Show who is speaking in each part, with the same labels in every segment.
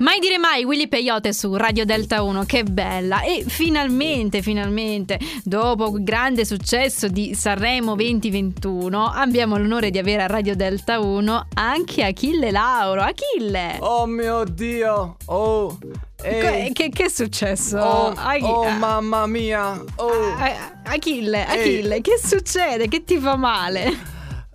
Speaker 1: Mai dire mai, Willy Peyote su Radio Delta 1, che bella! E finalmente, finalmente, dopo il grande successo di Sanremo 2021, abbiamo l'onore di avere a Radio Delta 1 anche Achille Lauro. Achille!
Speaker 2: Oh mio Dio! Oh!
Speaker 1: Che,
Speaker 2: Ehi!
Speaker 1: che, che è successo?
Speaker 2: Oh,
Speaker 1: Achi-
Speaker 2: oh, Eh.
Speaker 1: ah,
Speaker 2: mamma mia! Oh!
Speaker 1: ah, Achille,
Speaker 2: Ehi.
Speaker 1: Achille, che succede? Che ti fa male?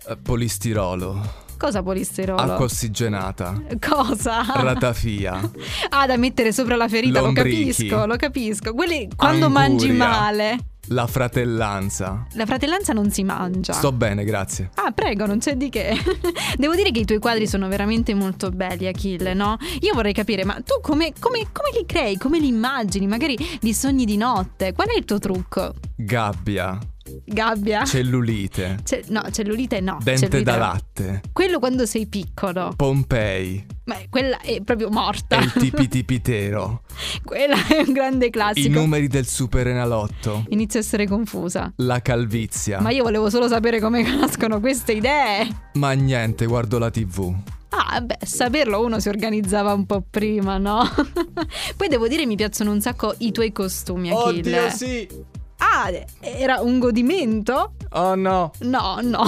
Speaker 2: Eh, Polistirolo,
Speaker 1: Cosa polisterolo?
Speaker 2: acqua ossigenata,
Speaker 1: Ah. Cosa?
Speaker 2: ratafia,
Speaker 1: Ah, da mettere sopra la ferita,
Speaker 2: Lombrichi.
Speaker 1: lo capisco, lo capisco. Quelli quando
Speaker 2: Anguria.
Speaker 1: mangi male,
Speaker 2: la fratellanza.
Speaker 1: la fratellanza non si mangia.
Speaker 2: Sto bene, grazie.
Speaker 1: Ah, prego, non c'è di che. Devo dire che i tuoi quadri sono veramente molto belli, Achille, no? Io vorrei capire, ma tu come, come- come li crei? Come li immagini? Magari di sogni di notte? Qual è il tuo trucco?
Speaker 2: Gabbia,
Speaker 1: Gabbia?
Speaker 2: cellulite,
Speaker 1: Ce- no, cellulite no.
Speaker 2: dente
Speaker 1: Ah. cellulite
Speaker 2: da
Speaker 1: no.
Speaker 2: latte,
Speaker 1: Quello quando sei piccolo,
Speaker 2: Pompei,
Speaker 1: ma quella è proprio morta.
Speaker 2: e il tipitipitero,
Speaker 1: quella è un grande
Speaker 2: i
Speaker 1: classico.
Speaker 2: numeri del superenalotto,
Speaker 1: Inizio a essere confusa.
Speaker 2: la calvizia.
Speaker 1: Ma io volevo solo sapere come nascono queste idee.
Speaker 2: Ma niente, guardo la tv.
Speaker 1: Ah, beh, saperlo uno si organizzava un po' prima, no? Poi devo dire mi piacciono un sacco i tuoi costumi, Achille.
Speaker 2: sì!
Speaker 1: Ah, era un godimento?
Speaker 2: Oh no!
Speaker 1: No, no.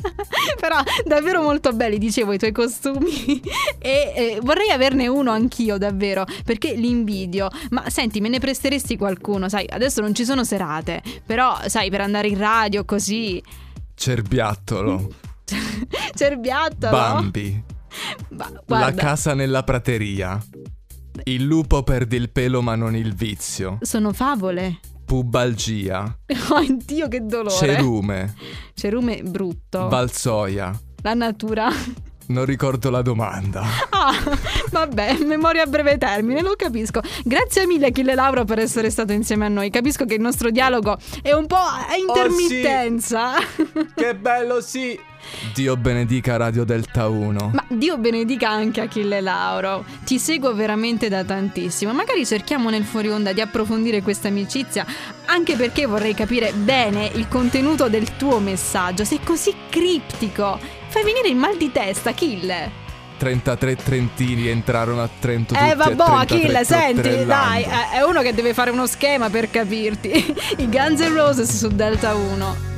Speaker 1: Però davvero molto belli, dicevo, i tuoi costumi. e eh, vorrei averne uno anch'io, davvero, perché li invidio. Ma senti, me ne presteresti qualcuno, sai, adesso non ci sono serate, però, sai, per andare in radio così...
Speaker 2: Cerbiattolo,
Speaker 1: Cerbiattolo.
Speaker 2: Bambi,
Speaker 1: Ma,
Speaker 2: la
Speaker 1: guarda,
Speaker 2: casa nella prateria. Il lupo perde il pelo ma non il vizio.
Speaker 1: sono favole.
Speaker 2: Pubalgia,
Speaker 1: Oh, Dio, che dolore.
Speaker 2: cerume,
Speaker 1: Cerume brutto.
Speaker 2: balzoia.
Speaker 1: la natura.
Speaker 2: Non ricordo la domanda.
Speaker 1: Ah, vabbè, memoria a breve termine, lo capisco. Grazie mille, Achille Lauro, per essere stato insieme a noi. Capisco che il nostro dialogo è un po' a intermittenza.
Speaker 2: Che bello, sì! Dio benedica Radio Delta 1.
Speaker 1: Ma Dio benedica anche Achille Lauro. Ti seguo veramente da tantissimo. Magari cerchiamo nel fuori onda di approfondire questa amicizia, anche perché vorrei capire bene il contenuto del tuo messaggio. Sei così criptico. Fai venire il mal di testa, Achille.
Speaker 2: 33 trentini entrarono a Trento tutti
Speaker 1: Eh
Speaker 2: e
Speaker 1: vabbè,
Speaker 2: 33
Speaker 1: Achille, senti, dai,
Speaker 2: trotterellando.
Speaker 1: eh, è uno che deve fare uno schema per capirti. I Guns N' Roses su Delta 1.